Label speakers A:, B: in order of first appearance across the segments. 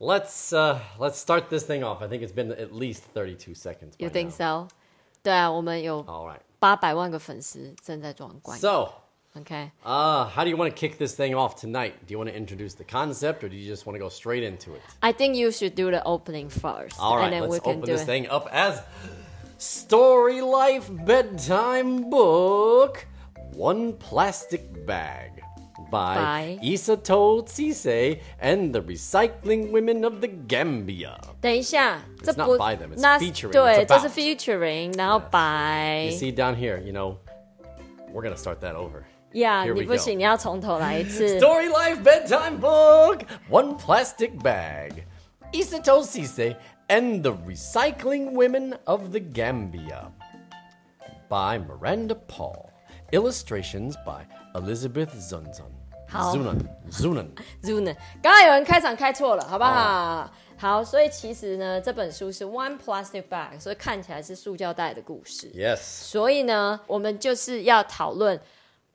A: Let's uh, let's start this thing off. I think it's been at least thirty-two seconds. by
B: You think
A: now.
B: so？对啊，我们有
A: All right.
B: 八百万个粉丝正在壮观。
A: So,
B: OK，
A: uh, how do you want to kick this thing off tonight? Do you want to introduce the concept, or do you just want to go straight into it?
B: I think you should do the opening first,
A: All right,
B: and then
A: let's
B: we can
A: open
B: do
A: this
B: it.
A: thing up as Story Life Bedtime Book One Plastic Bag by,
B: By-
A: Isato Tsise and the Recycling Women of the Gambia.
B: 等一下，这
A: not
B: 不
A: by them, it's
B: 那
A: featuring,
B: 对
A: it's，
B: 这是
A: about.
B: featuring，然后
A: You
B: by
A: see down here, you know, we're going to start that over.
B: yeah，
A: here
B: 你
A: we
B: 不
A: go.
B: 行，你要从头来一 次。
A: Story Life Bedtime Book One Plastic Bag. Isato Sise and the Recycling Women of the Gambia. By Miranda Paul. Illustrations by Elizabeth Zunzun.
B: 好。
A: Zunan. Zunan.
B: Zuna，刚刚有人开场开错了，好不好？
A: 哦
B: 好，所以其实呢，这本书是 One Plastic Bag，所以看起来是塑胶袋的故事。
A: Yes.
B: 所以呢，我们就是要讨论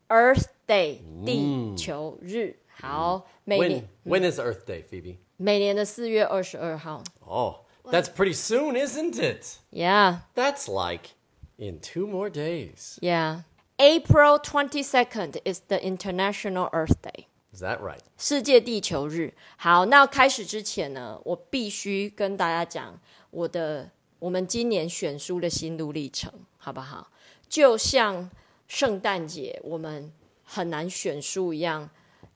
B: Earth Day 地球日。好，每
A: When
B: 年
A: when is Earth Day, Phoebe?
B: 每年的四月二十二号
A: Oh, that's pretty soon, isn't it?
B: ，Yeah
A: That's like in two more days.
B: Yeah。April twenty second is the International Earth Day，
A: Is that right?
B: 世界地球日。好，那开始之前呢，我必须跟大家讲我的我们今年选书的心路历程，好不好？就像圣诞节我们很难选书一样，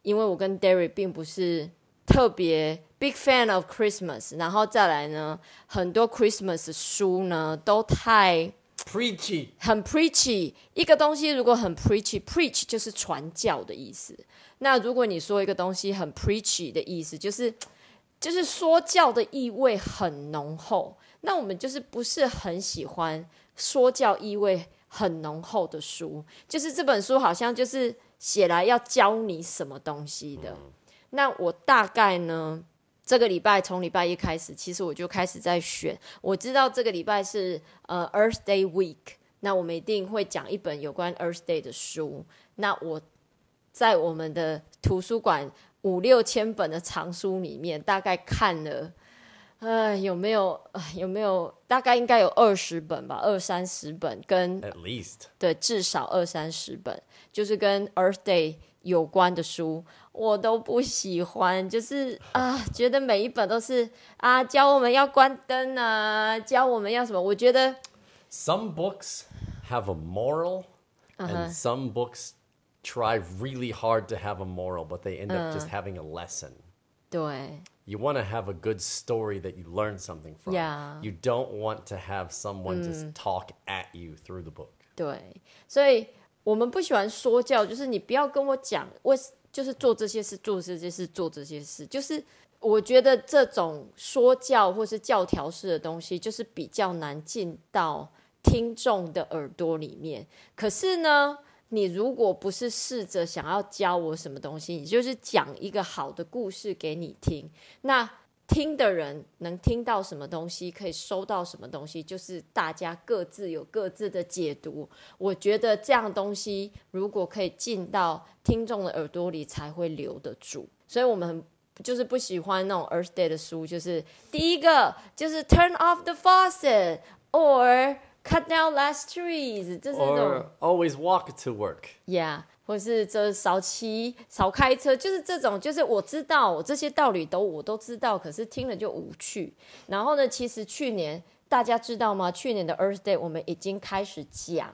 B: 因为我跟 Derry 并不是特别 big fan of Christmas，然后再来呢，很多 Christmas 书呢都太
A: Preachy.
B: 很 preachy，一个东西如果很 preachy，preach 就是传教的意思。那如果你说一个东西很 preachy 的意思，就是就是说教的意味很浓厚。那我们就是不是很喜欢说教意味很浓厚的书，就是这本书好像就是写来要教你什么东西的。那我大概呢，这个礼拜从礼拜一开始，其实我就开始在选。我知道这个礼拜是呃 Earth Day Week，那我们一定会讲一本有关 Earth Day 的书。那我在我们的图书馆五六千本的藏书里面，大概看了。呃，有没有、呃、有没有？大概应该有二十本吧，二三十本，跟
A: At least.
B: 对，至少二三十本，就是跟 Earth Day 有关的书，我都不喜欢。就是啊，觉得每一本都是啊，教我们要关灯啊，教我们要什么？我觉得
A: some books have a moral
B: Uh-huh.
A: and some books try really hard to have a moral but they end up
B: Uh.
A: just having a lesson
B: 对
A: you want to have a good story that you learn something from
B: Yeah. Mm.
A: you don't want to have someone just talk at you through the book
B: 对，所以我们不喜欢说教，就是你不要跟我讲为就是做这些事，做这些事，做这些事，就是。我觉得这种说教或是教条式的东西，就是比较难进到听众的耳朵里面。可是呢，你如果不是试着想要教我什么东西，你就是讲一个好的故事给你听，那听的人能听到什么东西，可以收到什么东西，就是大家各自有各自的解读。我觉得这样东西如果可以进到听众的耳朵里，才会留得住。所以我们很就是不喜欢那种 Earth Day 的书，就是第一个就是 Turn off the faucet or cut down last trees，就是那种。
A: or always walk to work
B: Yeah，或是这少骑、少开车，就是这种，就是我知道我这些道理都我都知道，可是听了就无趣。然后呢，其实去年大家知道吗？去年的 Earth Day 我们已经开始讲，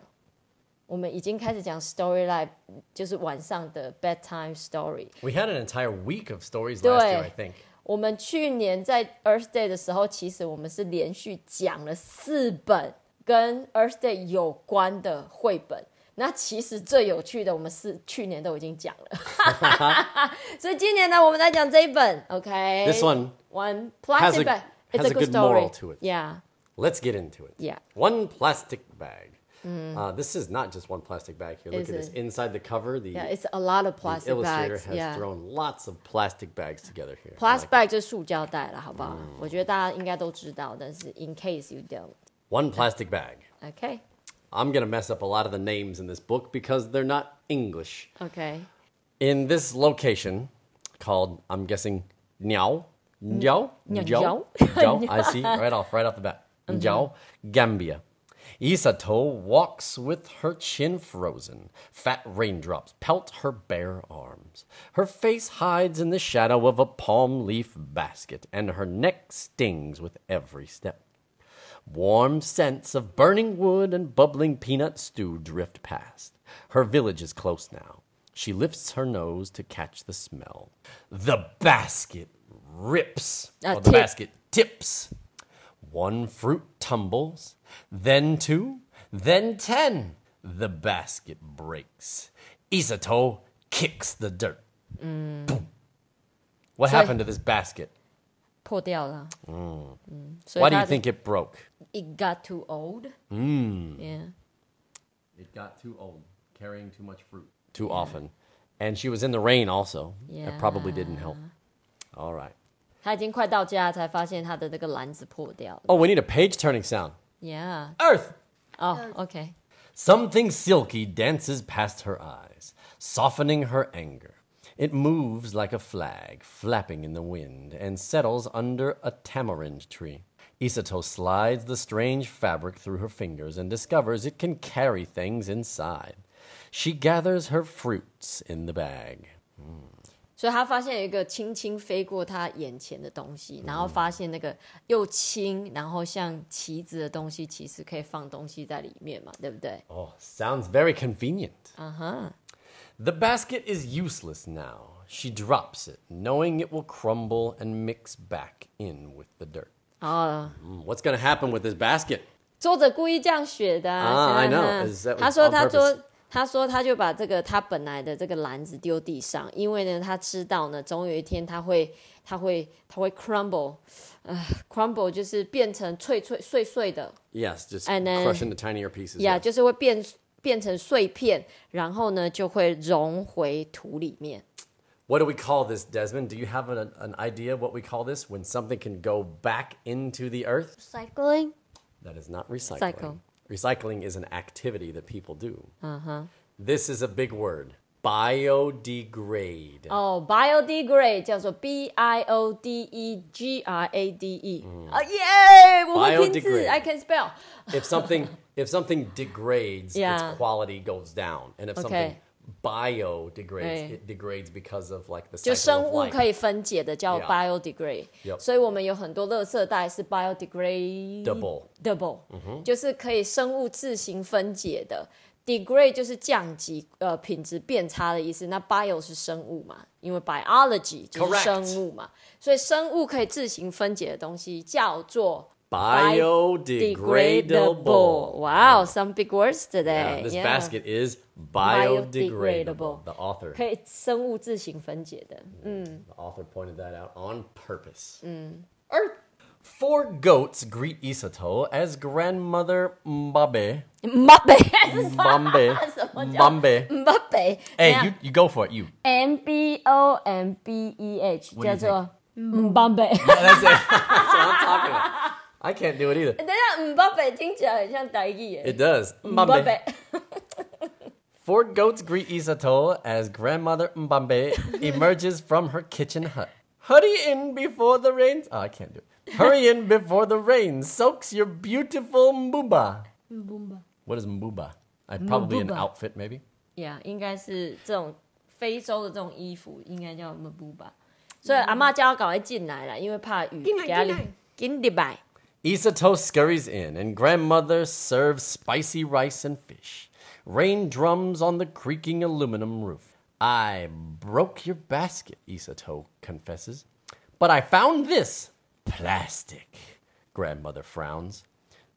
B: 我们已经开始讲 Story Life，就是晚上的 Bedtime Story。
A: we had an entire week of stories last year
B: Doi.
A: i think
B: 我们去年在 Earth Day 的时候，其实我们是连续讲了四本跟 Earth Day 有关的绘本。那其实最有趣的，我们是去年都已经讲了， 所以今年呢，我们来讲这一本。OK，
A: This one
B: one
A: has a-
B: plastic bag. It's
A: has a
B: a good
A: good moral
B: story.
A: to it.
B: Yeah.
A: let's get into it
B: Yeah. Mm.
A: one plastic bag uh, this is not just one plastic bag here look
B: Is
A: at this
B: it?
A: inside the cover the
B: Yeah, it's a lot of
A: The
B: plastic
A: illustrator
B: bags.
A: has
B: Yeah.
A: thrown lots of plastic bags together here. I
B: Plastic
A: like 嗯
B: bag 就是塑胶袋了，好不好？我觉得大家应该都知道，但是 in case you don't,
A: it. One plastic bag.
B: OK,
A: I'm going to mess up a lot of the names in this book because they're not English.
B: OK,
A: In this location called, I'm guessing, Niao, Njau,
B: Njau.
A: Njau, Njau. I see right off, right off the bat. Njau, Gambia. Isato walks with her chin frozen. Fat raindrops pelt her bare arms. Her face hides in the shadow of a palm leaf basket, and her neck stings with every step. Warm scents of burning wood and bubbling peanut stew drift past. Her village is close now. She lifts her nose to catch the smell. The basket rips.
B: A
A: or the
B: tip.
A: basket tips. One fruit tumbles, then two, then ten. The basket breaks. Isato kicks the dirt. Boom. What
B: Mm. So-
A: happened to this basket?
B: 破掉了。嗯所
A: Why
B: 以
A: do
B: 他
A: you think it broke?
B: it got too old？嗯，Yeah，
A: It got too old, carrying too much fruit too often. And she was in the rain also. That probably didn't help. All right.
B: 他已经快到家才发现他的那个篮子破掉了。
A: Oh, we need a page turning sound.
B: Yeah，
A: Earth!
B: 哦，OK，
A: Something silky dances past her eyes, softening her anger. It moves like a flag, flapping in the wind, and settles under a tamarind tree. Isato slides the strange fabric through her fingers and discovers it can carry things inside. She gathers her fruits in the bag.
B: 所以他发现有一个轻轻飞过他眼前的东西，然后发现那个又轻，然后像旗子的东西，其实可以放东西在里面嘛，对不对？
A: Oh, sounds very convenient.
B: 嗯哼，
A: The basket is useless now. She drops it, knowing it will crumble and mix back in with the dirt.
B: 哦，
A: Mm, What's going to happen with this basket?
B: 作者故意这样写的
A: 啊
B: 啊
A: I
B: 对
A: know.
B: 啊
A: Is that
B: 他说
A: on
B: 他说
A: purpose?
B: 他说他就把这个他本来的这个篮子丢地上，因为呢他知道呢，总有一天他会他会他会 crumble，呃，crumble 就是变成脆脆碎碎的，
A: Yes, just
B: And then-
A: crushing the tinier pieces.
B: 呀、
A: up.
B: 就是会变变成碎片，然后呢就会融回土里面。
A: What do we call this, Desmond? Do you have an, an idea of what we call this when something can go back into the earth?
C: Cycling.
A: That is not recycling.
B: Cycle.
A: Recycling is an activity that people do. Uh-huh. This is a big word. Biodegrade.
B: 哦、b i o d e g r a d e 叫做 B I O D E G R A D E，啊
A: 嗯
B: 耶！我会拼字
A: Biodegrade
B: ，I can spell。
A: if something if something degrades
B: Yeah.
A: its quality goes down and if something
B: Okay.
A: biodegrades
B: Right.
A: it degrades because of like the
B: 就
A: cycle
B: 生
A: of
B: 物
A: life.
B: 可以分解的叫
A: Yeah.
B: biodegrade，、
A: Yep.
B: 所以我们有很多垃圾袋是 biodegrade
A: Double 嗯
B: double，、就是可以生物自行分解的。degrade 就是降级，呃，品质变差的意思。那 bio 是生物嘛，因为 biology 就是
A: Correct
B: 生物嘛所以生物可以自行分解的东西叫做
A: biodegradable.
B: Wow, some big words
A: Yeah,
B: today.
A: Uh, this
B: Yeah.
A: basket is
B: Biodegradable.
A: biodegradable. The author
B: 可以生物自行分解的。
A: The author pointed that out on purpose. Earth. Four goats greet Isato as grandmother Mbabe.
B: 马北还是啥
A: Mbabe.
B: 什么叫
A: Mbabe.
B: 马北？
A: Hey,
B: 等一
A: you,
B: 下
A: you go for it. You.
B: M B O M B E H
A: What do
B: 叫
A: you
B: 做马北。
A: That's it. That's what I'm talking about. I can't do it either.
B: 等一下，马北听起来很像台语耶。
A: It does.
B: 马
A: Mbambe.
B: 北
A: Four goats greet Isato as grandmother Mbambe emerges from her kitchen hut. Hurry in before the rains. Oh, I can't do it. Hurry in before the rain soaks your beautiful mbuba.
C: Boomba.
A: What is mbuba? I probably an
B: Mbuba.
A: outfit, maybe.
B: 呀，应该是这种非洲的这种衣服，应该叫马布吧。所以阿妈叫他赶快进嗯来了，因为怕雨
C: 进来
B: 给他
C: 进
B: 淋
C: 来
B: 进礼拜。
A: Isato scurries in, and grandmother serves spicy rice and fish. Rain drums on the creaking aluminum roof. I broke your basket, Isato confesses. But I found this plastic. Grandmother frowns.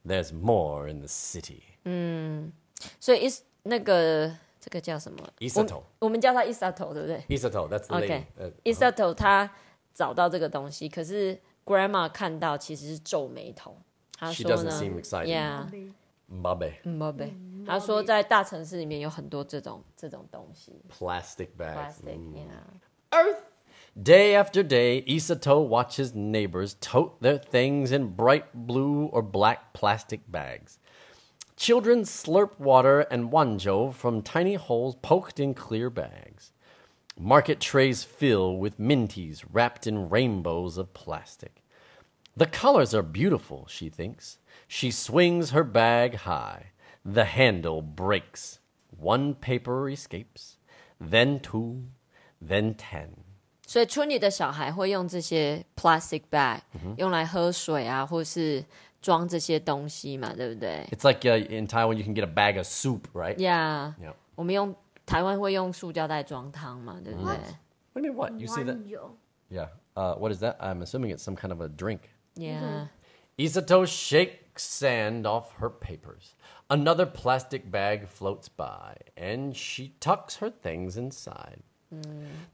A: There's more in the city.
B: 所以一那个这个叫什么？
A: Isato
B: 我我们叫他伊萨头，对不对？
A: Isato, that's the
B: OK，
A: lady. Uh,
B: Isato 他找到这个东西，可是 Grandma 看到其实是皱眉头。她
A: She
B: 说
A: doesn't
B: 呢
A: seem excited.
B: ，Yeah，嗯
A: Mbabe,
B: 莫贝。她说在大城市里面有很多这种这种东西
A: plastic 嗯 bags.
B: ，plastic，Yeah。
A: Earth. Day after day, Isato watches neighbors tote their things in bright blue or black plastic bags. Children slurp water and wanjo from tiny holes poked in clear bags. Market trays fill with minties wrapped in rainbows of plastic. The colors are beautiful, she thinks. She swings her bag high. The handle breaks. One paper escapes, then two, then ten.
B: 所以村里的小孩会用这些 plastic bag、
A: 嗯
B: 用来喝水啊，或是装这些东西嘛，对不对
A: It's like uh, in Taiwan, you can get a bag of soup, right?
B: ？Yeah，
A: Yep.
B: 我们用台湾会用塑胶袋装汤嘛，对不对
A: What do you mean, what? You see that?
C: 有
A: Yeah. Uh, what is that? I'm assuming it's some kind of a drink.
B: ？Yeah，
A: Isato shakes sand off her papers. Another plastic bag floats by, and she tucks her things inside.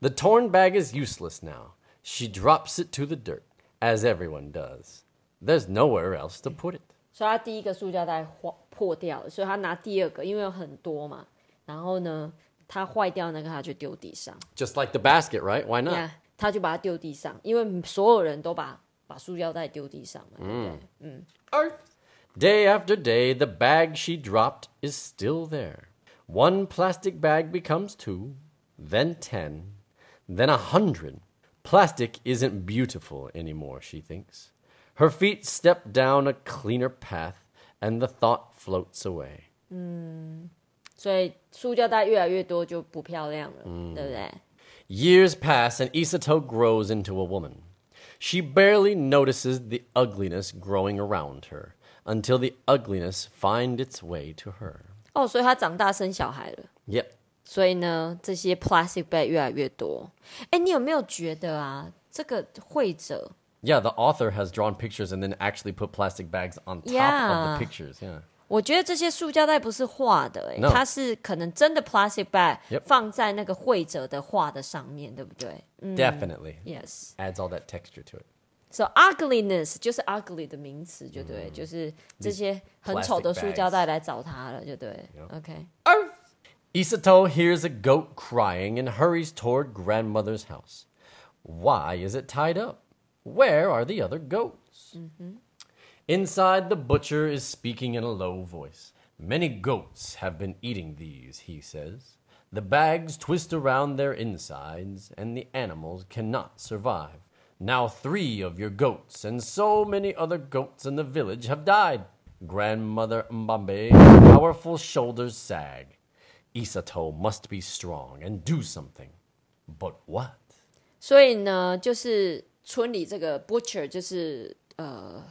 A: The torn bag is useless now. She drops it to the dirt, as everyone does. There's nowhere else to put it.
B: 所以他第一个塑胶袋坏破掉了，所以他拿第二个，因为有很多嘛。然后呢，他坏掉那个他就丢地上，
A: Just like the basket, right? Why
B: 那、
A: not?
B: 他就把它丢地上，因为所有人都把把塑胶袋丢地上嘛，对不对？
A: Earth. Day after day, the bag she dropped is still there. One plastic bag becomes two, then ten, then a hundred. Plastic isn't beautiful anymore, she thinks. Her feet step down a cleaner path, and the thought floats away.
B: 所以塑胶袋越来越多就不漂亮了，对不对？
A: Years pass, and Isato grows into a woman. She barely notices the ugliness growing around her until the ugliness finds its way to her.
B: 哦，所以他长大生小孩了，
A: Yep,
B: 所以呢，这些 plastic bag 越来越多。哎，你有没有觉得啊，这个会者
A: Yeah, the author has drawn pictures and then actually put plastic bags on top
B: Yeah.
A: of the pictures. Yeah.
B: 我觉得这些塑胶袋不是画的、欸，
A: No
B: 它是可能真的 plastic bag
A: Yep
B: 放在那个绘者的画的上面，对不对嗯
A: Definitely.
B: ？Yes。
A: Adds all that texture to it.
B: So ugliness 就是 ugly 的名词，就
A: 嗯
B: 对，就是这些很丑的
A: plastic
B: 塑胶袋来找他了，就对。OK，
A: Isato hears a goat crying and hurries toward grandmother's house. Why is it tied up? Where are the other goats? Inside, the butcher is speaking in a low voice. Many goats have been eating these, he says. The bags twist around their insides, and the animals cannot survive. Now, three of your goats and so many other goats in the village have died. Grandmother Mbambe's powerful shoulders sag. Isato must be strong and do something. But what?
B: 所以呢，就是村里这个 butcher 就是呃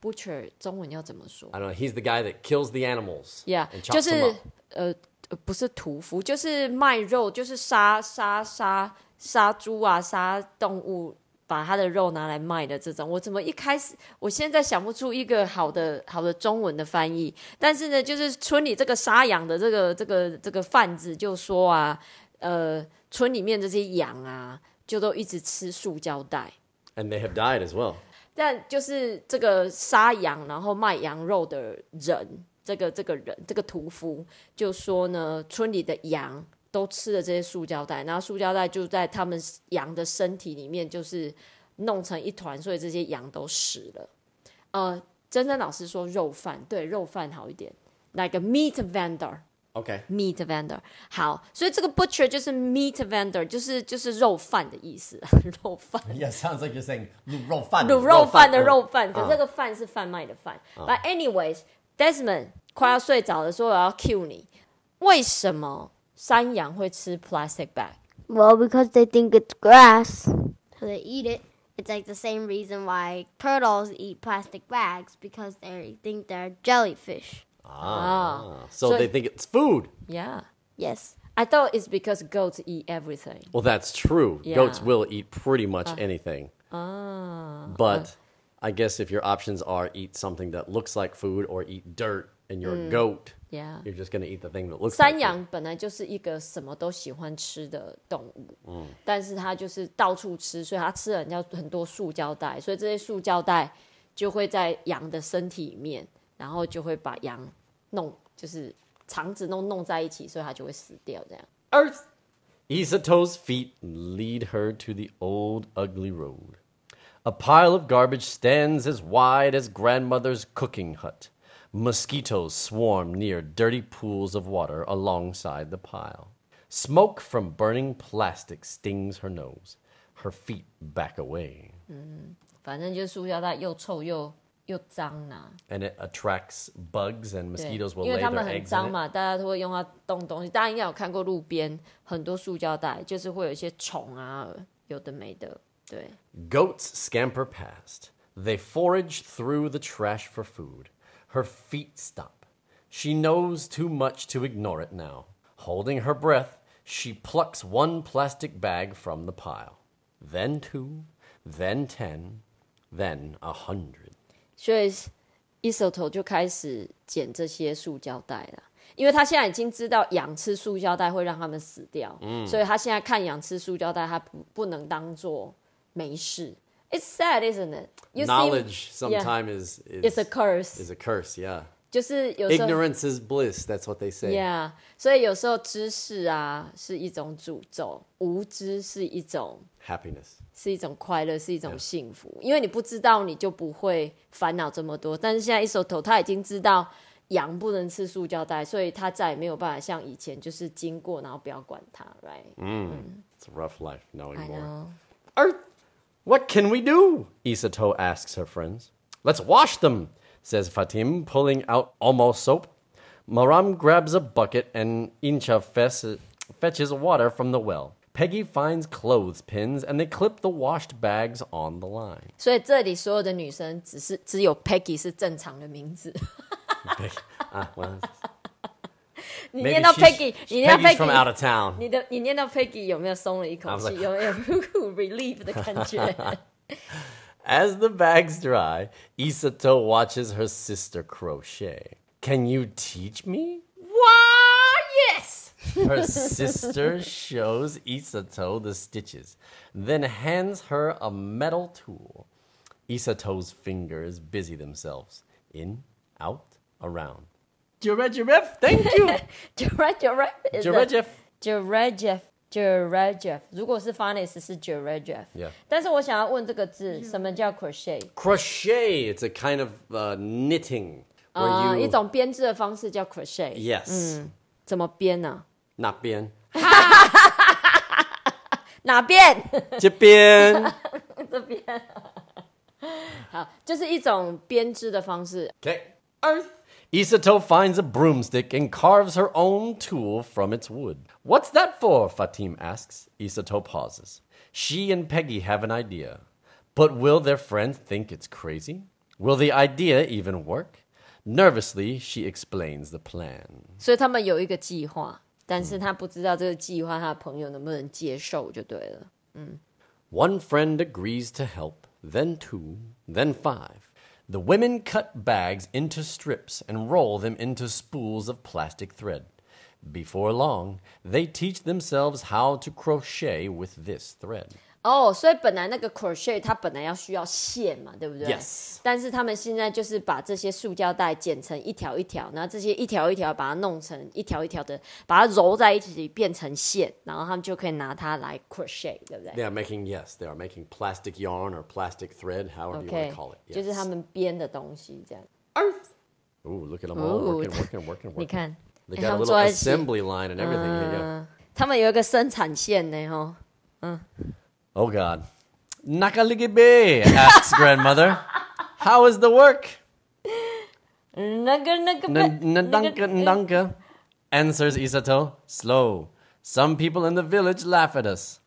B: ，butcher 中文要怎么说
A: I don't know. He's the guy that kills the animals
B: ？Yeah，
A: and
B: 就
A: chops
B: 是
A: them up.
B: 呃呃不是屠夫，就是卖肉，就是杀杀杀杀猪啊，杀动物，把它的肉拿来卖的这种。我怎么一开始，我现在想不出一个好的好的中文的翻译。但是呢，就是村里这个杀羊的这个这个这个贩子就说啊，呃，村里面这些羊啊，就都一直吃塑胶袋。
A: And they have died as well.
B: 但就是这个杀羊然后卖羊肉的人，这个这个人这个屠夫就说呢，村里的羊都吃了这些塑胶袋，然后塑胶袋就在他们羊的身体里面，就是弄成一团，所以这些羊都死了。呃，珍珍老师说肉贩，对肉贩好一点，like a meat vendor。
A: Okay.
B: meat vendor，好，所以这个 butcher 就是 meat vendor，就是就是肉贩的意思， 肉贩。
A: Yeah, sounds like you're saying 卤肉饭.
B: 卤肉饭的肉饭，嗯可是这个饭是贩卖的饭。But anyways, Desmond 快要睡着了，说我要 cue 你，为什么山羊会吃 plastic bag？
C: Well, because they think it's grass, so they eat it. It's like the same reason why turtles eat plastic bags because they think they're jellyfish.
B: 嗯
A: Ah. So,
B: So-
A: they think it's food.
B: Yeah,
C: Yes.
B: I thought it's because goats eat everything.
A: Well, that's true.
B: Yeah. Uh,
A: Goats will eat pretty much anything.
B: ah,
A: But I guess if your options are eat something that looks like food or eat dirt and you're a goat,
B: Mm. Yeah.
A: you're just going to eat the thing that looks
B: 山
A: like
B: 羊本来就是一个什么都喜欢吃的动物，嗯，但是它就是到处吃，所以它吃了很要很多塑胶袋，所以这些塑胶袋就会在羊的身体里面，然后就会把羊弄就是肠子弄弄在一起，所以它就会死掉这样。
A: Earth. Isato's feet lead her to the old ugly road. A pile of garbage stands as wide as grandmother's cooking hut. Mosquitoes swarm near dirty pools of water alongside the pile. Smoke from burning plastic stings her nose. Her feet back away,
B: 反正就是塑胶袋又臭又又脏呐、
A: and it attracts bugs and
B: 对
A: mosquitoes will
B: 因
A: lay
B: 为它
A: their
B: 们很
A: eggs in
B: 脏
A: it.
B: 嘛，大家都会用它动东西。大家应该有看过路边很多塑胶袋，就是会有一些虫啊，有的没的。对，
A: Goats scamper past. They forage through the trash for food. Her feet stop. She knows too much to ignore it now. Holding her breath, she plucks one plastic bag from the pile. Then two, then ten, then a hundred.
B: 所以 Isoto 就开始捡这些塑胶袋了。因为他现在已经知道养吃塑胶袋会让它们死掉，
A: 嗯
B: 所以他现在看养吃塑胶袋，他不不能当做没事。It's sad, isn't it? You seem-
A: Knowledge
B: yeah,
A: sometimes is, is,
B: it's a curse.
A: is a curse, yeah.
B: 就是有时候
A: Ignorance is bliss, that's what they say.
B: Yeah，所以有时候知识啊是一种诅咒，无知是一种
A: Happiness.
B: 是一种快乐，是一种幸福。因为你不知道，你就不会烦恼这么多。但是现在一手头他已经知道羊不能吃塑胶袋，所以他再也没有办法像以前就是经过然后不要管它，right？I
A: 嗯 It's a rough life knowing more.
B: know。
A: Earth, what can we do? Isato asks her friends. Let's wash them, says Fatim, pulling out Omo soap. Maram grabs a bucket and Incha fes- fetches water from the well. Peggy finds clothespins and they clip the washed bags on the line.
B: 所以这里所有的女生只是只有 Peggy 是正常的名字。
A: Ah, well,
B: 你
A: maybe
B: 念到
A: she's-
B: Peggy，你念到
A: Peggy's from out
B: Peggy，
A: of town.
B: 你的你念到 Peggy 有没有松了一口
A: I was
B: 气？
A: like-
B: 有没 有 relief 的感 觉？
A: As the bags dry, Isato watches her sister crochet. Can you teach me?
B: 哇，yes。
A: Her sister shows Isato the stitches, then hands her a metal tool. Isato's fingers busy themselves in, out, around. Jirejiref, thank you.
B: Giraffe, giraffe is a-
A: Jirejiref.
B: giraffe, giraffe. 如果是 phonics 是 giraffe。
A: Yeah.
B: 但是我想要问这个字，什么叫 crochet？
A: Crochet. It's a kind of uh, knitting where
B: 啊，
A: you.
B: 一种编织的方式叫 crochet，
A: Yes.
B: 怎么编呢？
A: Not bien.
B: 哪边？
A: Japan.
B: 这边。 好，就是一种编织的方式。
A: okay. Earth. Isato finds a broomstick and carves her own tool from its wood. What's that for? Fatim asks. Isato pauses. She and Peggy have an idea. But will their friends think it's crazy? Will the idea even work? Nervously, she explains the plan.
B: 所以他们有一个计划，但是他不知道这个计划他的朋友能不能接受，就对了。
A: One friend agrees to help, then two, then five. The women cut bags into strips and roll them into spools of plastic thread. Before long, they teach themselves how to crochet with this thread.
B: 哦所以本来那个 crochet 它本来要需要线嘛，对不对
A: Yes
B: 但是他们现在就是把这些塑胶带剪成一条一条，然后这些一条一条把它弄成一条一条的，把它揉在一起变成线，然后他们就可以拿它来 crochet，对不对
A: They are making, yes, they are making plastic yarn or plastic thread, however you want
B: ？OK，
A: to call it.
B: 就是他们编的东西这样。
A: Ooh, look at them all
B: Ooh.
A: working, working, working,
B: 你
A: working.
B: 看，
A: They
B: 哎他
A: got a
B: 们
A: little
B: 坐在一起，
A: assembly line and everything. Here you go.
B: 他们有一个生产线呢，吼。
A: Oh God. Nakaligibe, asks grandmother. How is the work?
B: 那个那个
A: N- Ndunka
B: eh.
A: ndunka, answers Isato. Slow. Some people in the village laugh at us.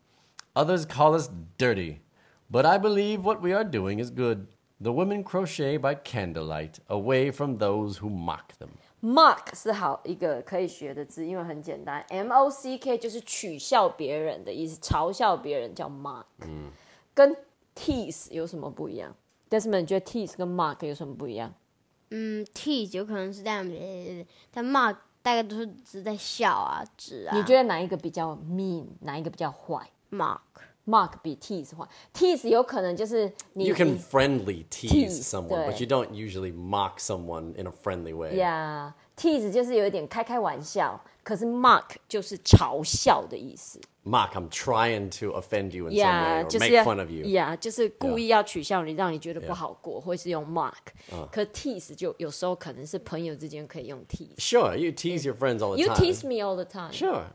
A: Others call us dirty. But I believe what we are doing is good. The women crochet by candlelight, away from those who mock them.
B: Mock 是好一个可以学的字，因为很简单。M O C K 就是取笑别人的意思，嘲笑别人叫 mock。跟 tease 有什么不一样？Desmond，你觉得 tease 跟 mock 有什么不一样？
C: 嗯，tease Mm, 有可能是这样子，但 mock 大概都是只在笑啊、指啊。
B: 你觉得哪一个比较 mean，哪一个比较坏
C: mock
B: ？mock 比 tease 坏，tease 有可能就是你
A: You can
B: 你
A: friendly tease,
B: Tease,
A: someone,
B: 对。
A: but you don't usually mock someone in a friendly way.
B: yeah tease 就是有一点开开玩笑，可是 mock 就是嘲笑的意思。
A: Mock, I'm trying to offend you in some way
B: 呀，
A: or
B: 就是
A: make
B: 要
A: fun of you.
B: 呀，就是故意要取笑你，让你觉得不好过，或是用 mark。可
A: 嗯
B: tease 就有时候可能是朋友之间可以用 tease。
A: Sure, you tease your friends all the
B: You
A: time.
B: tease me all the time.
A: Sure.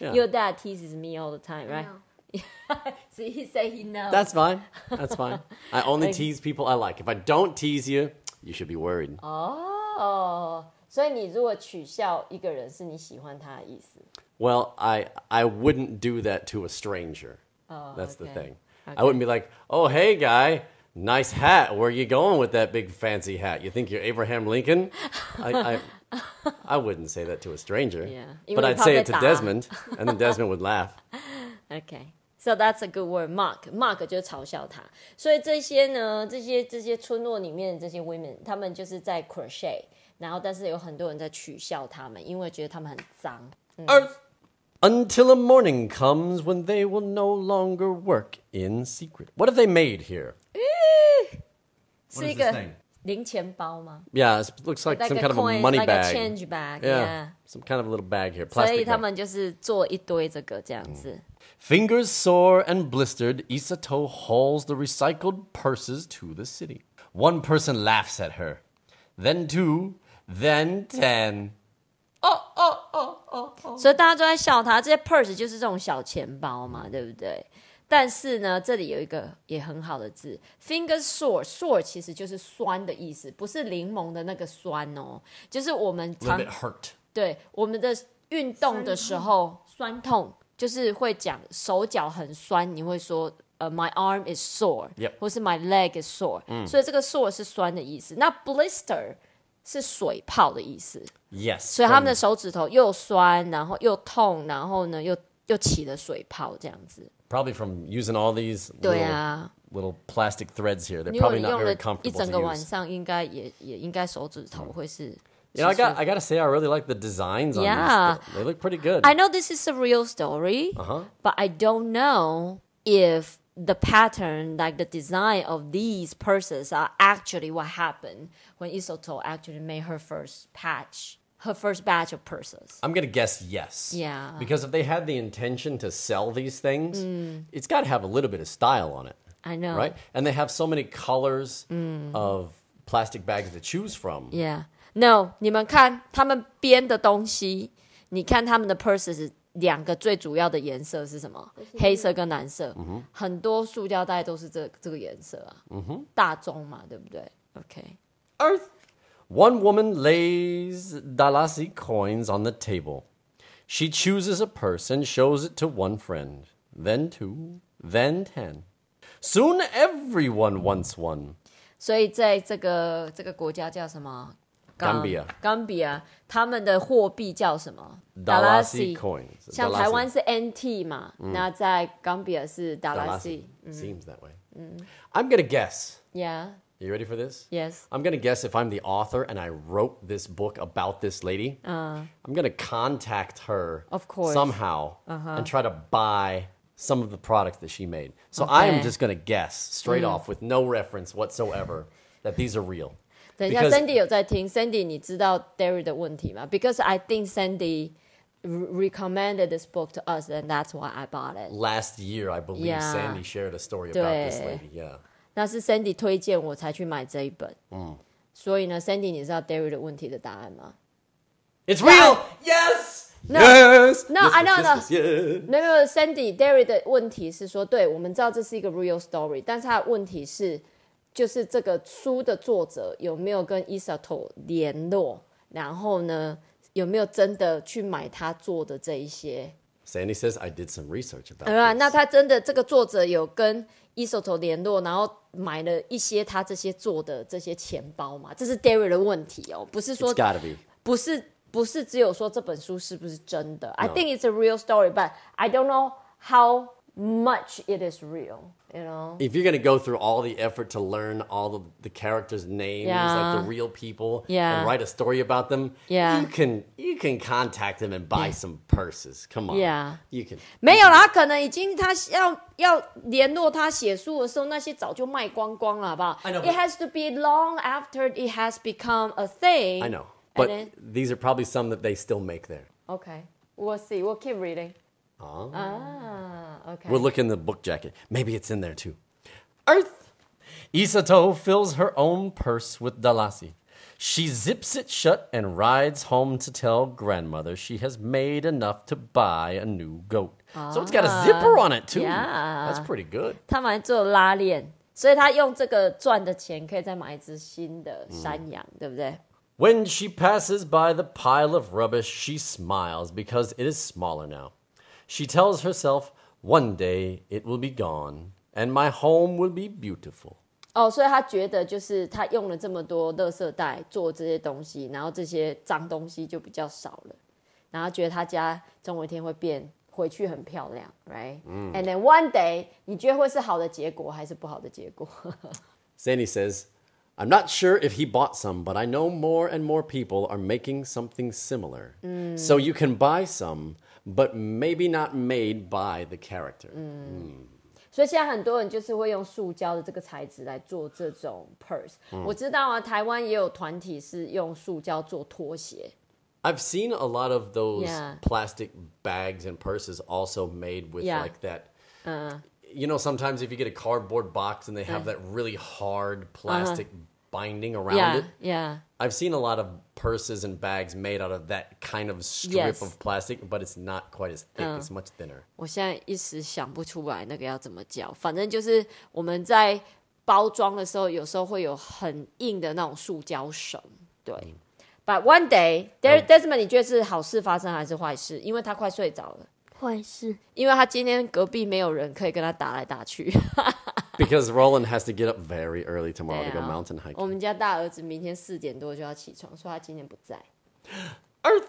B: Your dad teases me all the time, right?
C: know.
B: so he said he knows.
A: That's fine. That's fine. I only tease people I like. If I don't tease you, you should be worried.
B: Oh. 哦，所以你如果取笑一个人，是你喜欢他的意思。
A: Well, I I wouldn't do that to a stranger.
B: Oh,
A: That's the
B: okay.
A: thing. I wouldn't be like, "Oh, hey guy, nice hat. Where you going with that big fancy hat? You think you're Abraham Lincoln?" I I, I wouldn't say that to a stranger.
B: Yeah.
A: But I'd say it to
B: Even if I'm a dog.
A: Desmond, and then Desmond would laugh.
B: Okay. So that's a good word. Mock, mock 就是嘲笑他。所以这些呢，这些这些村落里面的这些 women，他们就是在 crochet，然后但是有很多人在取笑他们，因为觉得他们很脏。
A: Earth. Until a morning comes when they will no longer work in secret. What have they made here?
B: Eh. 是一个零钱包吗
A: Yeah, it looks like,
B: ？Like
A: some
B: a
A: kind of a
B: coin,
A: money
B: like a
A: bag.
B: change bag.
A: yeah.
B: Yeah.
A: Some kind of a little bag here.
B: 所
A: Plastic.
B: 以他
A: Bag.
B: 们就是做一堆这个这样子。
A: Fingers sore and blistered, Isato hauls the recycled purses to the city. One person laughs at her. Then two, then ten.
B: 所以大家都在笑他。这些 purse 就是这种小钱包嘛，对不对？但是呢，这里有一个也很好的字，finger sore，sore 其实就是酸的意思，不是柠檬的那个酸哦，就是我们
A: A little
B: 常
A: bit hurt.
B: 对我们的运动的时候酸痛，就是会讲手脚很酸，你会说呃、my arm is sore，、
A: Yep
B: 或是 my leg is sore，、所以这个 sore 是酸的意思。那 blister 是水泡的意思。
A: Yes.
B: 所以他们的
A: from
B: 手指头又酸，然后又痛，然后呢又又起了水泡这样子。
A: probably from using all these
B: 对
A: little,
B: 啊，
A: little plastic threads here. They're
B: 如果
A: probably
B: 你
A: not
B: 用了
A: very
B: 一
A: comfortable
B: 整个
A: to
B: 晚
A: use.
B: 上，应该也也应该手指头会是。
A: You know, I got I gotta say I really like the designs on
B: Yeah.
A: these. They- They look pretty good.
B: I know this is a real story,
A: Uh-huh。
B: but I don't know if the pattern, like the design of these purses, are actually what happened when Isoto actually made her first patch, her first batch of purses.
A: I'm gonna guess yes.
B: Yeah.
A: Because if they had the intention to sell these things,
B: Mm.
A: it's got to have a little bit of style on it,
B: I know,
A: right? And they have so many colors
B: Mm.
A: of plastic bags to choose from.
B: Yeah. No，你们看他们编的东西，你看他们的 purses 两个最主要的颜色是什么？黑色跟蓝色。很多塑胶袋都是这这个颜色啊。大众嘛，对不对？OK。
A: Earth. One woman lays dalasi coins on the table. She chooses a purse and shows it to one friend, then two, then ten. Soon everyone wants one.
B: 所以在这个这个国家叫什么
A: Gambia
B: 冈比亚，他们的货币叫什么
A: Dalasi
B: Dalasi
A: coins
B: 像
A: Dalasi
B: 台湾是 NT 嘛，那在冈比亚是 Dalasi。
A: Seems that way. I'm going to guess.
B: Yeah.
A: You ready for this?
B: Yes.
A: I'm going to guess if I'm the author and I wrote this book about this lady, I'm going to contact her
B: Uh. Of course. Uh-huh.
A: somehow and try to buy some of the products that she made. So I am
B: Okay. Mm.
A: just going to guess straight off with no reference whatsoever that these are real.
B: 等一下
A: Because-
B: ，Sandy 有在听，Sandy 你知道 Derry 的问题吗？Because I think Sandy re- recommended this book to us, and that's why I bought it.
A: Last year, I believe
B: Yeah.
A: Sandy shared a story about this
B: 对。
A: lady. Yeah.
B: 那是 Sandy 推荐我才去买这一本。嗯，所以呢，Sandy 你知道 Derry 的问题的答案吗？
A: It's real! Yes!
B: No.
A: Yes!
B: No,
A: Yes,
B: I
A: yes,
B: know,
A: yes, yes, yes.
B: 没有没有，Sandy Derry 的问题是说，对我们知道这是一个 real story，但是他的问题是，就是这个书的作者有没有跟 Isato 联络，然后呢，有没有真的去买他做的这一些？
A: Sandy says, I did some research about
B: 对 啊，
A: this.
B: 那他真的这个作者有跟 Isoto 联络，然后买了一些他这些做的这些钱包嘛？这是 Derry 的问题哦，不是说
A: It's gotta be.
B: 不是不是只有说这本书是不是真的。I think it's a real story, but I don't know how much it is real. You know?
A: if you're going to go through all the effort to learn all of the characters' names, like
B: Yeah.
A: the real people,
B: Yeah.
A: and write a story about them,
B: Yeah.
A: you can you can contact them and buy some purses. Come on,
B: Yeah.
A: you can.
B: 没有啦，可能已经他要要联络他写书的时候，那些早就卖光光了，好不好
A: I know,
B: ？It
A: but-
B: has to be long after it has become a thing.
A: I know, but
B: And then-
A: these are probably some that they still make there.
B: Okay, we'll see. We'll keep reading.
A: Oh.
B: Ah, okay.
A: We'll look in the book jacket. Maybe it's in there too. Earth. Isato fills her own purse with dalasi. She zips it shut and rides home to tell grandmother she has made enough to buy a new goat. so it's got a zipper on it, too.
B: yeah.
A: That's pretty good.
B: 他们还做拉链，所以他用这个赚的钱可以再买一只新的山羊，对不对？
A: When she passes by the pile of rubbish, she smiles because it is smaller now. She tells herself, One day it will be gone, and my home will be beautiful.
B: 哦，所以他觉得就是他用了这么多垃圾袋做这些东西，然后这些脏东西就比较少了，然后觉得他家总有一天会变回去很漂亮，right？嗯，and then one day，你觉得会是好的结果还是不好的结果？
A: Sandy says, I'm not sure if he bought some, but I know more and more people are making something similar. So you can buy some, but maybe not made by the character.
B: 所以现在很多人就是会用塑胶的这个材质来做这种 purse。我知道啊，台湾也有团体是用塑胶做拖鞋。
A: I've seen a lot of those
B: Yeah.
A: plastic bags and purses also made with
B: Yeah. Uh.
A: like that. you know, sometimes if you get a cardboard box and they have that really hard plastic binding around it.
B: Uh-huh. yeah.
A: I've seen a lot of purses and bags made out of that kind of strip
B: Yes. Uh.
A: of plastic, but it's not quite as thick. It's much thinner.
B: 我现在一时想不出来那个要怎么叫，反正就是我们在包装的时候，有时候会有很硬的那种塑胶绳，对。But one day, Des Desmond，你觉得是好事发生还是坏事？因为他快睡着了，
C: 坏事。
B: 因为他今天隔壁没有人可以跟他打来打去。
A: Because Roland has to get up very early tomorrow to go
B: 对啊
A: mountain hiking.
B: 我们家大儿子明天四点多就要起床，说他今天不在。
A: Earth.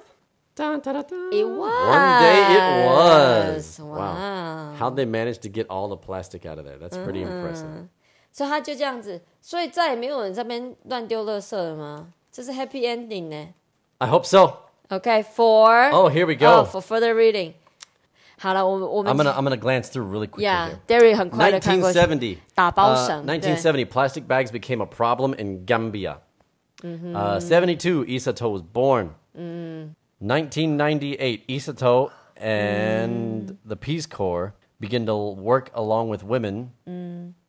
A: Dun, dun, dun, dun.
B: It was
A: One day it was.
B: Wow.
A: Wow. How'd they manage to get all the plastic out of there? That's pretty impressive.
B: 所以他就这样子，所以再也没有人在那边乱丢垃圾了吗？这是 happy ending 呢。
A: I hope so.
B: Okay, for
A: Oh, here we
B: Oh,
A: go.
B: for further reading. 好了，我们我们
A: I'm gonna I'm gonna glance through really quickly
B: Yeah,
A: here.
B: Derry 很快的看过去
A: 1970.
B: 打包
A: Uh,
B: 绳，对
A: 1970, plastic bags became a problem in Gambia. Uh, 72, Isato was born. 1998, Isato and the Peace Corps begin to work along with women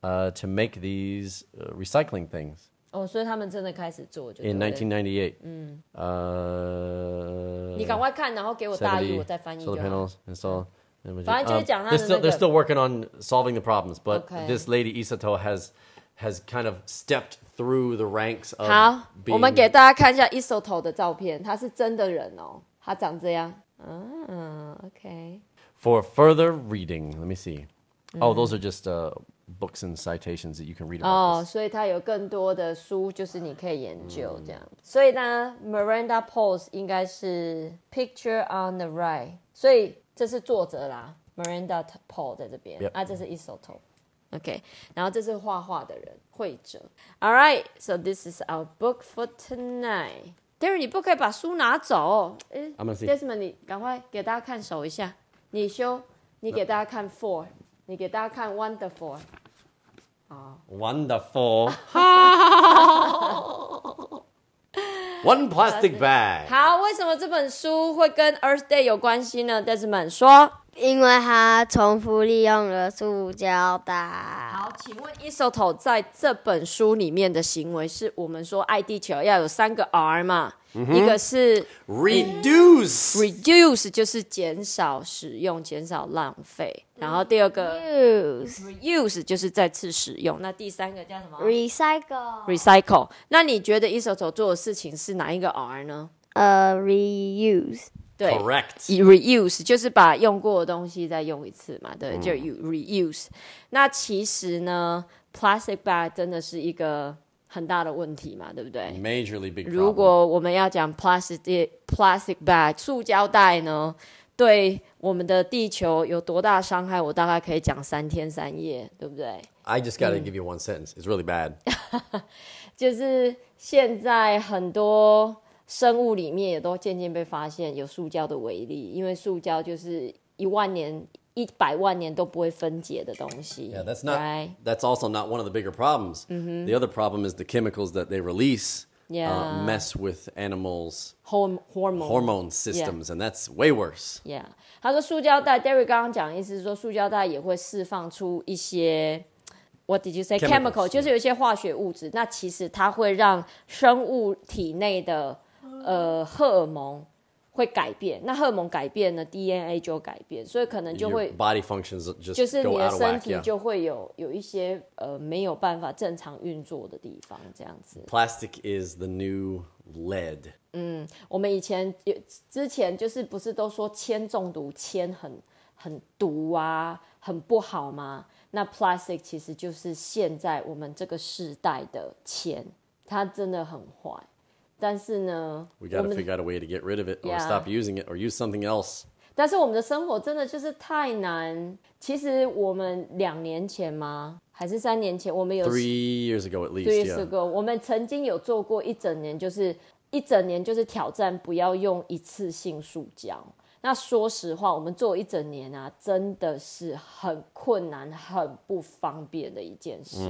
A: uh, to make these uh, recycling things
B: 哦，所以他们真的开始做，就对
A: in
B: 了
A: 1998.
B: 你
A: Uh,
B: 赶快看，然后给我大意，
A: 70
B: 我再翻译就
A: E, solar
B: 好。
A: panels install.
B: 反正就是讲他的
A: they're still
B: 那个-
A: they're still working on solving the problems, but
B: Okay.
A: this lady Isato has has kind of stepped through the ranks of
B: 好，
A: being,
B: 我们给大家看一下 Isoto 的照片，他是真的人哦，他长这样。嗯，OK，
A: for further reading. Let me see. Oh, those are just uh, books and citations that you can read about.
B: 哦，所以他有更多的书，就是你可以研究这样。所以呢，Miranda Pose 应该是 Picture on the Right，所以这是作者啦，Miranda Pose 在这边
A: Yep
B: 啊，这是 Isoto。OK，然后这是画画的人，绘者。All right, so this is our book for tonight. Darren，你不可以把书拿走。诶
A: I'm gonna see
B: Desmond，你赶快给大家看手一下。你修，你给大家看 Four，你给大家看 Wonderful。
A: Wonderful. One plastic bag.
B: 好，为什么这本书会跟 Earth Day 有关系呢？Desmond 说，
C: 因为它重复利用了塑胶袋。
B: 好，请问 Isoto 在这本书里面的行为是我们说爱地球要有三个 R 嘛？一个是
A: Reduce.
B: reduce，就是减少使用、减少浪费，然后第二个
C: Use,
B: reuse 就是再次使用，那第三个叫什么
C: recycle,
B: ？recycle。那你觉得 Isoto 做的事情是哪一个 R 呢？
C: 呃，reuse，
B: 对
A: Correct.
B: reuse 就是把用过的东西再用一次嘛，对，就 you reuse。那其实呢，plastic bag 真的是一个很大的问题嘛，对不
A: 嗯
B: 对？
A: Majorly big
B: 如
A: problem.
B: 果我们要讲 plastic plastic bag 塑胶袋呢，对我们的地球有多大伤害，我大概可以讲三天三夜，对不对？
A: I just got to give you one sentence. It's really bad.
B: 就是现在很多生物里面也都渐渐被发现有塑胶的微粒，因为塑胶就是一万年、一百万年都不会分解的东西。
A: Yeah, that's not.
B: right? Mm-hmm.
A: That's also not one of the bigger problems. The other problem is the chemicals that they release uh,
B: Yeah.
A: mess with animals'
B: horm hormone
A: hormone systems, and that's way worse.
B: Yeah，他说塑胶袋，Derry 刚刚讲的意思是说，塑胶袋也会释放出一些 What did you say?
A: Chemicals,
B: Chemical 就
A: yeah.
B: 是有一些化学物质，那其实它会让生物体内的呃荷尔蒙会改变。那荷尔蒙改变呢，DNA 就改变，所以可能就
A: Your
B: 会
A: body functions just
B: 就是你
A: go
B: 的
A: out of
B: 身
A: whack.
B: 体
A: Yeah.
B: 就会有有一些呃没有办法正常运作的地方，这样子。
A: Plastic is the new lead.
B: 我们以前也之前就是不是都说铅中毒，铅很很毒啊，很不好吗？那 plastic 其实就是现在我们这个世代的铅，它真的很坏。但是呢，
A: We
B: 我
A: got to
B: 们
A: figure out a way to get rid of it or
B: Yeah.
A: stop using it or use something else.
B: 但是我们的生活真的就是太难。其实我们两年前吗，还是三年前，我们有
A: Three years ago at least.
B: three
A: yeah.
B: years ago，我们曾经有做过一整年，就是一整年就是挑战不要用一次性塑胶。那说实话，我们做一整年啊，真的是很困难、很不方便的一件事。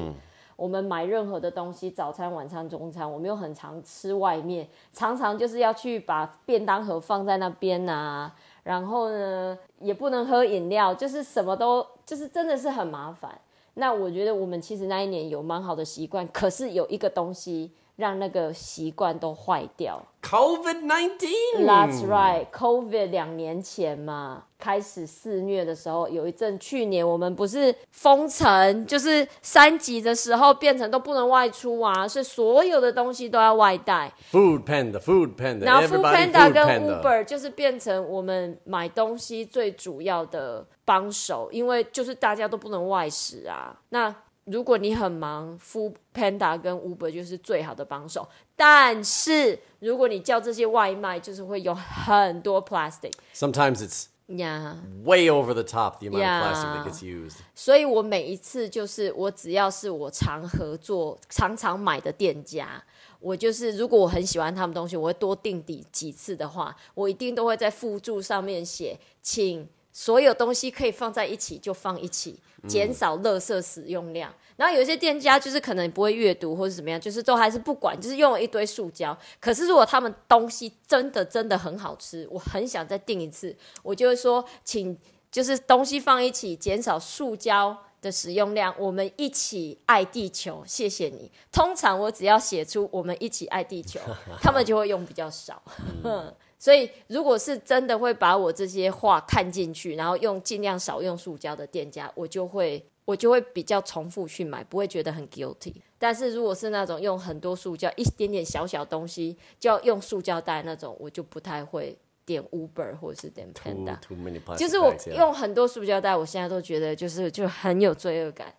B: 我们买任何的东西，早餐、晚餐、中餐，我们又很常吃外面，常常就是要去把便当盒放在那边啊，然后呢，也不能喝饮料，就是什么都，就是真的是很麻烦。那我觉得我们其实那一年有蛮好的习惯，可是有一个东西让那个习惯都坏掉。
A: COVID 19.
B: That's right, COVID 两年前嘛，开始肆虐的时候，有一阵去年我们不是封城，就是三级的时候变成都不能外出啊，所以所有的东西都要外带。
A: Food Panda, Food Panda.
B: 然后 Food
A: Everybody,
B: Panda
A: Food
B: 跟
A: Panda.
B: Uber 就是变成我们买东西最主要的帮手，因为就是大家都不能外食啊。那如果你很忙，Food Panda 跟 Uber 就是最好的帮手。但是如果你叫这些外卖，就是会有很多 plastic
A: Sometimes it's
B: 呀。
A: way over the top the amount of plastic
B: Yeah.
A: that gets used.
B: 所以我每一次就是我只要是我常合作、常常买的店家，我就是如果我很喜欢他们东西，我会多订几几次的话，我一定都会在附注上面写，请所有东西可以放在一起就放一起，减少垃圾使用量。然后有一些店家就是可能不会阅读或者怎么样，就是都还是不管，就是用了一堆塑胶。可是如果他们东西真的真的很好吃，我很想再订一次，我就会说请。就是东西放一起，减少塑胶的使用量，我们一起爱地球，谢谢你。通常我只要写出“我们一起爱地球”，他们就会用比较少。 所以，如果是真的会把我这些话看进去，然后用尽量少用塑胶的店家，我就会我就会比较重复去买，不会觉得很 guilty。但是如果是那种用很多塑胶，一点点小小东西就要用塑胶袋那种，我就不太会点 Uber 或者是点
A: Too,
B: Panda。
A: too many
B: 啊就
A: plastic
B: 是我
A: bags, yeah.
B: 用很多塑胶袋，我现在都觉得就是就很有罪恶感。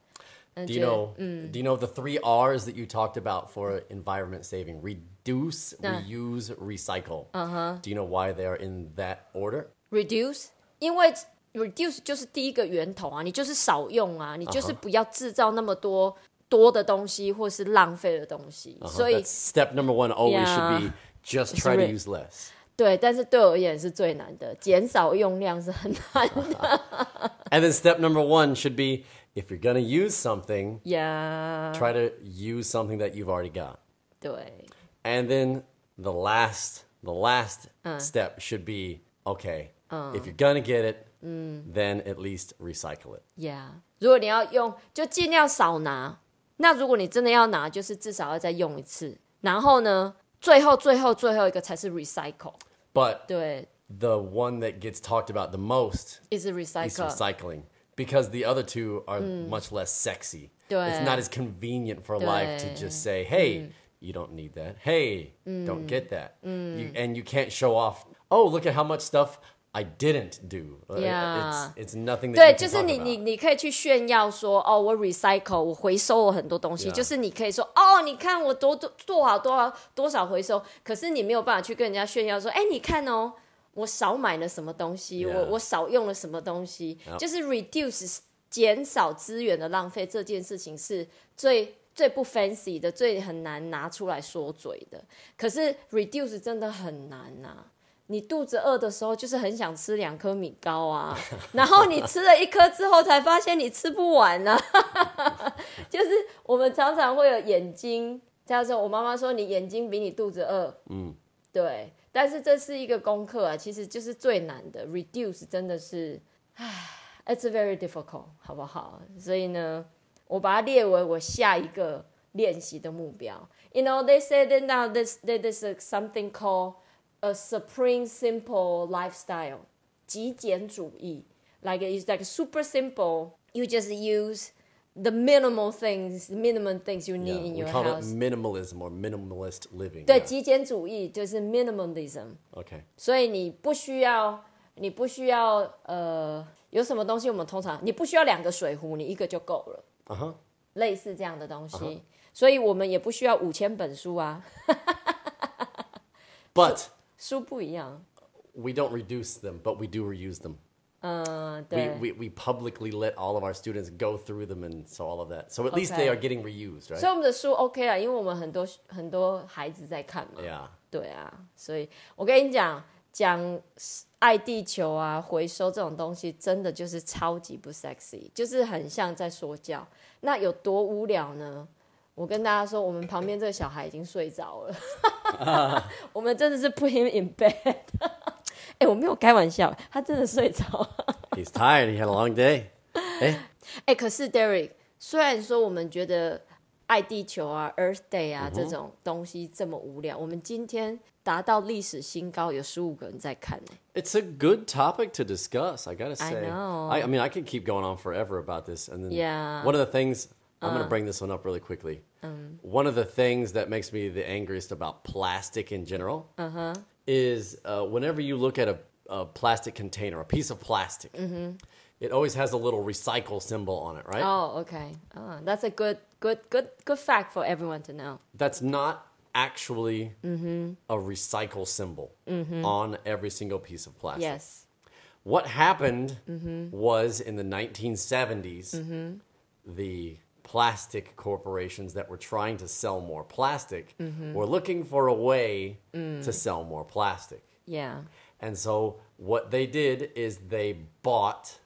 B: 嗯
A: Do you
B: 觉得
A: know?
B: mm.
A: Do you know the three R's that you talked about for environment saving? Reduce,
B: Uh.
A: reuse, recycle. Uh
B: Uh-huh.
A: huh. Do you know why they are in that order?
B: reduce，因为 reduce 就是第一个源头啊，你就是少用啊，你就是不要制造那么多多的东西或是浪费的东西。
A: Uh-huh.
B: 所以
A: That's step number one always should
B: Yeah.
A: be just try to
B: re-
A: use less.
B: 对，但是对我而言是最难的，减少用量是很难的
A: And then step number one should be if you're gonna use something,
B: 呀。
A: try to use something that you've already got.
B: 对，
A: And then the last, the last
B: Uh.
A: step should be okay. If you're gonna get it,
B: Mm.
A: then at least recycle it.
B: Yeah，如果你要用，就尽量少拿。那如果你真的要拿，就是至少要再用一次。然后呢，最后最后最后一个才是 recycle。
A: But
B: 对
A: the one that gets talked about the most
B: ，is
A: is
B: recycle。
A: recycling because the other two are much less sexy. It's
B: Yeah.
A: not as convenient for life to
B: Yeah.
A: just say, "Hey,
B: Mm.
A: you don't need that. Hey, don't get that."
B: Mm.
A: You, and you can't show off. Oh, look at how much stuff I didn't do. Uh,
B: Yeah.
A: It's, it's nothing
B: 对，
A: that
B: 就
A: you
B: 是
A: can
B: 你
A: talk
B: 你
A: about.
B: 你可以去炫耀说，哦，我 recycle，我回收了很多东西。
A: Yeah.
B: 就是你可以说，哦，你看我多多做好多少多少回收，可是你没有办法去跟人家炫耀说，哎，你看哦，我少买了什么东西
A: Yeah.
B: 我我少用了什么东西就是 reduce 减少资源的浪费这件事情是最。最不 fancy 的，最很难拿出来说嘴的。可是 reduce 真的很难呐、你肚子饿的时候，就是很想吃两颗米糕啊，然后你吃了一颗之后，才发现你吃不完呢、 就是我们常常会有眼睛，加上我妈妈说你眼睛比你肚子饿，嗯，对。但是这是一个功课啊，其实就是最难的，reduce 真的是，唉，it's very difficult，好不好？所以呢，我把它列为我下一个练习的目标。You know, they say that now this that is a- something called a supreme simple lifestyle，极简主义。Like it's like super simple. You just use the minimal things, minimum things you
A: Yeah,
B: need in
A: we
B: your
A: call
B: house.
A: it minimalism or minimalist living.
B: 对，
A: yeah.
B: 极简主义就是 minimalism。
A: Okay.
B: 所以你不需要，你不需要呃，有什么东西我们通常你不需要两个水壶，你一个就够了，
A: Uh huh.
B: 类似这样的东西。
A: Uh-huh
B: 所以我们也不需要五千本书啊，
A: But
B: 书不一样。
A: we don't reduce them, but we do reuse them.
B: 嗯、对
A: We, we, we publicly let all of our students go through them and so all of that. So at least they
B: Okay.
A: are getting reused, right?
B: 所以我们的书 OK 啊，因为我们很多很多孩子在看嘛。
A: yeah.
B: 对啊，所以我跟你讲，讲爱地球啊、回收这种东西，真的就是超级不 sexy，就是很像在说教。那有多无聊呢？我跟大家说，我们旁边这个小孩已经睡着了，我们真的是 put him in bed。哎、 我没有开玩笑，他真的睡着了。
A: He's tired. He had a long day.
B: 哎、可是 Derek，虽然说我们觉得爱地球啊、Earth Day 啊、这种东西这么无聊，我们今天达到历史新高，有十五个人在看呢、
A: It's a good topic to discuss. I gotta
B: I
A: say.
B: know.
A: I, I mean, I could keep going on forever about this. And then
B: Yeah. Uh. Um.
A: one of the things I'm gonna bring this one up really quickly. one of the things that makes me the angriest about plastic in general
B: Uh-huh.
A: is uh, whenever you look at a, a plastic container, a piece of plastic,
B: Mm-hmm.
A: it always has a little recycle symbol on it, right?
B: Oh, okay. Oh, that's a good, good, good, good fact for everyone to know.
A: that's not actually mm-hmm, a recycle symbol on every single piece of plastic.
B: Yes.
A: What happened was in the 1970s, the plastic corporations that were trying to sell more plastic were looking for a way to sell more plastic.
B: Yeah.
A: And so what they did is they bought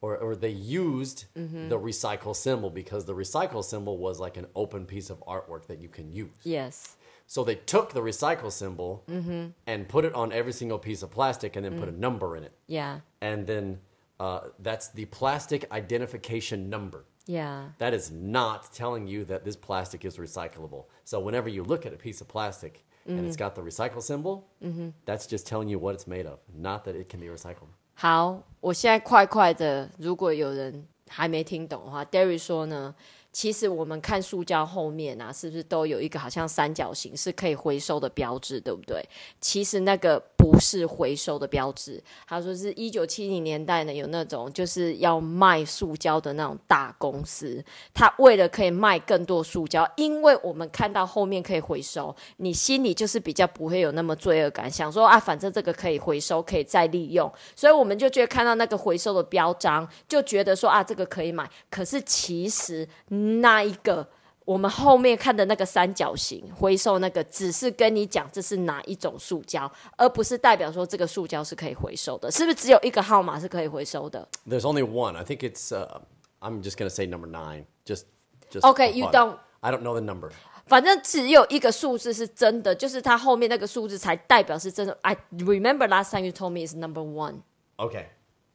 A: or, or they used the recycle symbol because the recycle symbol was like an open piece of artwork that you can use.
B: Yes.
A: So they took the recycle symbol and put it on every single piece of plastic and then
B: Mm.
A: put a number in it.
B: Yeah.
A: And then uh, that's the plastic identification number.
B: Yeah.
A: That is not telling you that this plastic is recyclable. So whenever you look at a piece of plastic and
B: Mm.
A: it's got the recycle symbol,
B: Mm-hmm.
A: that's just telling you what it's made of, not that it can be recycled.
B: 好，我现在快快的，如果有人还没听懂的话，Derry 说呢，其实我们看塑胶后面啊，是不是都有一个好像三角形是可以回收的标志，对不对？其实那个不是回收的标志，他说是一九七零年代呢，有那种就是要卖塑胶的那种大公司，他为了可以卖更多塑胶，因为我们看到后面可以回收，你心里就是比较不会有那么罪恶感，想说啊，反正这个可以回收，可以再利用，所以我们就觉得看到那个回收的标章，就觉得说啊，这个可以买。可是其实那一个我们后面看的那个三角形回收那个，只是跟你讲这是哪一种塑胶，而不是代表说这个塑胶是可以回收的，是不是只有一个号码是可以回收的
A: There's only one. I think it's. Uh, I'm just gonna say number nine. Just. Just.
B: Okay,
A: for
B: you
A: fun.
B: don't-
A: I don't know the number.
B: 反正只有一个数字是真的，就是它后面那个数字才代表是真的。I remember last time you told me is number one。
A: Okay.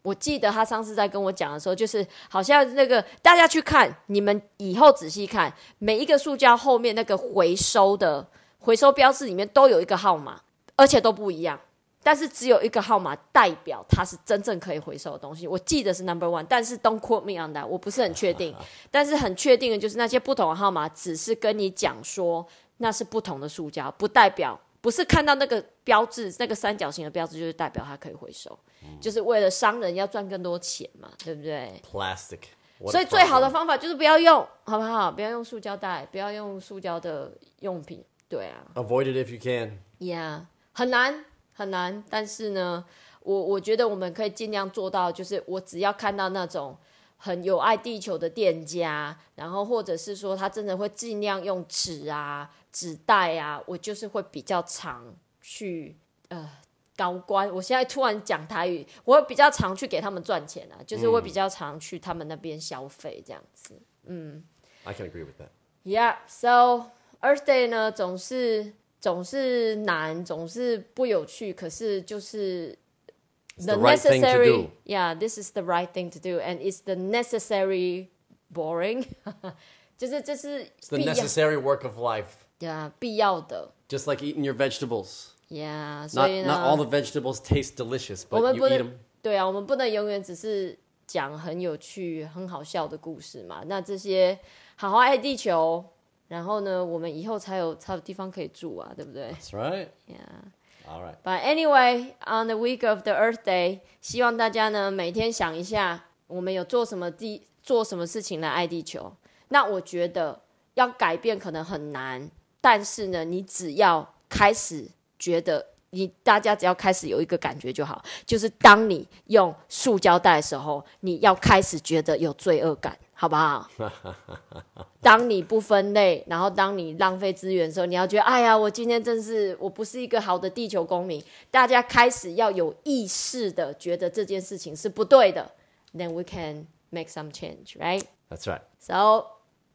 B: 我记得他上次在跟我讲的时候，就是好像那个大家去看，你们以后仔细看，每一个塑胶后面那个回收的回收标志里面都有一个号码，而且都不一样。但是只有一个号码代表它是真正可以回收的东西，我记得是 number one，但是 don't quote me on that，我不是很确定。啊但是很确定的就是那些不同的号码只是跟你讲说那是不同的塑胶，不代表不是看到那个标志，那个三角形的标志就是代表它可以回收。就是为了商人要赚更多钱嘛，对不对？
A: Plastic. What a
B: 所以最好的
A: problem.
B: 方法就是不要用，好不好？不要用塑胶袋，不要用塑胶的用品，对啊
A: Avoid it if you can.
B: ，Yeah，很难很难。但是呢，我我觉得我们可以尽量做到，就是我只要看到那种很有爱地球的店家，然后或者是说他真的会尽量用纸啊、纸袋啊，我就是会比较常去呃高官，我现在突然讲台语，我会比较常去给他们赚钱啊，就是我比较常去他们那边消费这样子。
A: I can agree with that.
B: Yeah, so Earth Day 呢，总是总是难，总是不有趣，可是就是
A: the right thing to
B: necessary-
A: do.
B: Yeah, this is the right thing to do, and it's the necessary boring，就是这是
A: It's the
B: 必要
A: necessary work of life,
B: 对啊必要的
A: just like eating your vegetables.
B: yeah，所
A: Not
B: 以
A: not all the
B: 呢，
A: vegetables taste delicious,
B: 我
A: but
B: 们
A: you
B: 不
A: eat them.
B: 能对啊，我们不能永远只是讲很有趣、很好笑的故事嘛。那这些好好爱地球，然后呢，我们以后才有才有地方可以住啊，对不对
A: That's right.
B: ？Yeah。
A: All right.
B: But anyway, on the week of the Earth Day，希望大家呢每天想一下，我们有做什么地做什么事情来爱地球。那我觉得要改变可能很难，但是呢，你只要开始觉得。你大家只要开始有一个感觉就好，就是当你用塑胶袋的时候，你要开始觉得有罪恶感，好不好？当你不分类，然后当你浪费资源的时候，你要觉得，哎呀，我今天真是我不是一个好的地球公民。大家开始要有意识的觉得这件事情是不对的，then we can make some change, right?
A: That's right.
B: So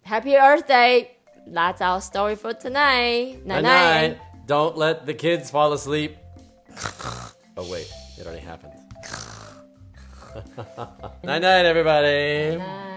B: happy Earth Day. That's our story for tonight. 奶
A: Night
B: 奶
A: night. Don't let the kids fall asleep. oh wait, it already happened. night night, everybody.
B: 奶。